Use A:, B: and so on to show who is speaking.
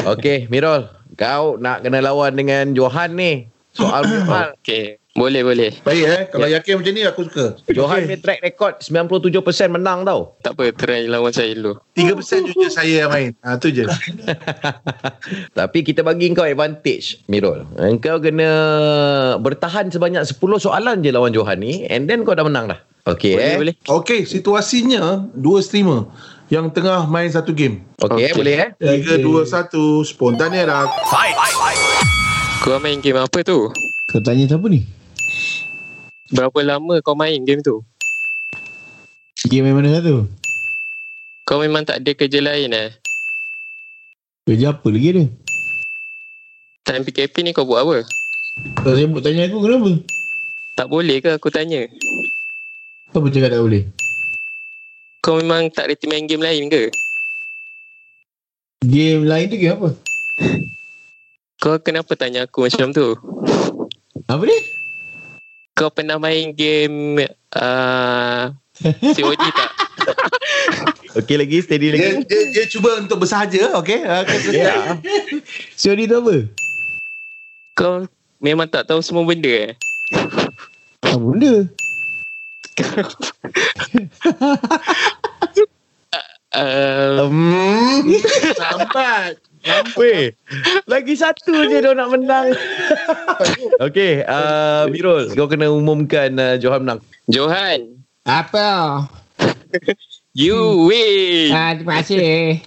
A: Okey, Mirol. Kau nak kena lawan dengan Johan ni. Soal Johan.
B: Okay. Boleh, boleh. Ya.
C: Baik eh. Kalau yakin macam ni aku suka.
A: Johan ni track record 97% menang tau.
B: Tak apa, try lawan saya dulu.
C: 3% jujur saya yang main. Ha, tu je.
A: Tapi kita bagi kau advantage, Mirol. Kau kena bertahan sebanyak 10 soalan je lawan Johan ni and then kau dah menang dah. Okey
B: Boleh,
A: eh.
B: boleh.
C: Okey, situasinya dua streamer yang tengah main satu game.
A: Okey,
B: Okey.
A: boleh eh.
C: 3, 2, 1, spontan lah. era.
B: Kau main game apa tu?
D: Kau tanya siapa ni?
B: Berapa lama kau main game tu?
D: Game yang mana satu?
B: Kau memang tak ada kerja lain eh?
D: Kerja apa lagi dia?
B: Time PKP ni kau buat apa?
D: Kau sibuk tanya aku kenapa?
B: Tak boleh ke aku tanya?
D: Apa cakap tak boleh?
B: Kau memang tak reti main game lain ke?
D: Game lain tu game apa?
B: Kau kenapa tanya aku macam tu?
D: Apa ni?
B: Kau pernah main game uh, COD tak?
A: Okey lagi steady
C: Dia, dia, dia cuba untuk bersahaja, okey? Ha, kau selesai.
A: Ya.
D: COD tu apa?
B: Kau memang tak tahu semua benda eh?
D: Apa benda?
B: Uh,
A: Hmm.
C: Lambat.
A: Weh, lagi satu je dia nak menang. Okey, uh, Mirul, kau kena umumkan uh, Johan menang.
B: Johan,
D: Apa?
B: you win!
D: Ah, terima kasih.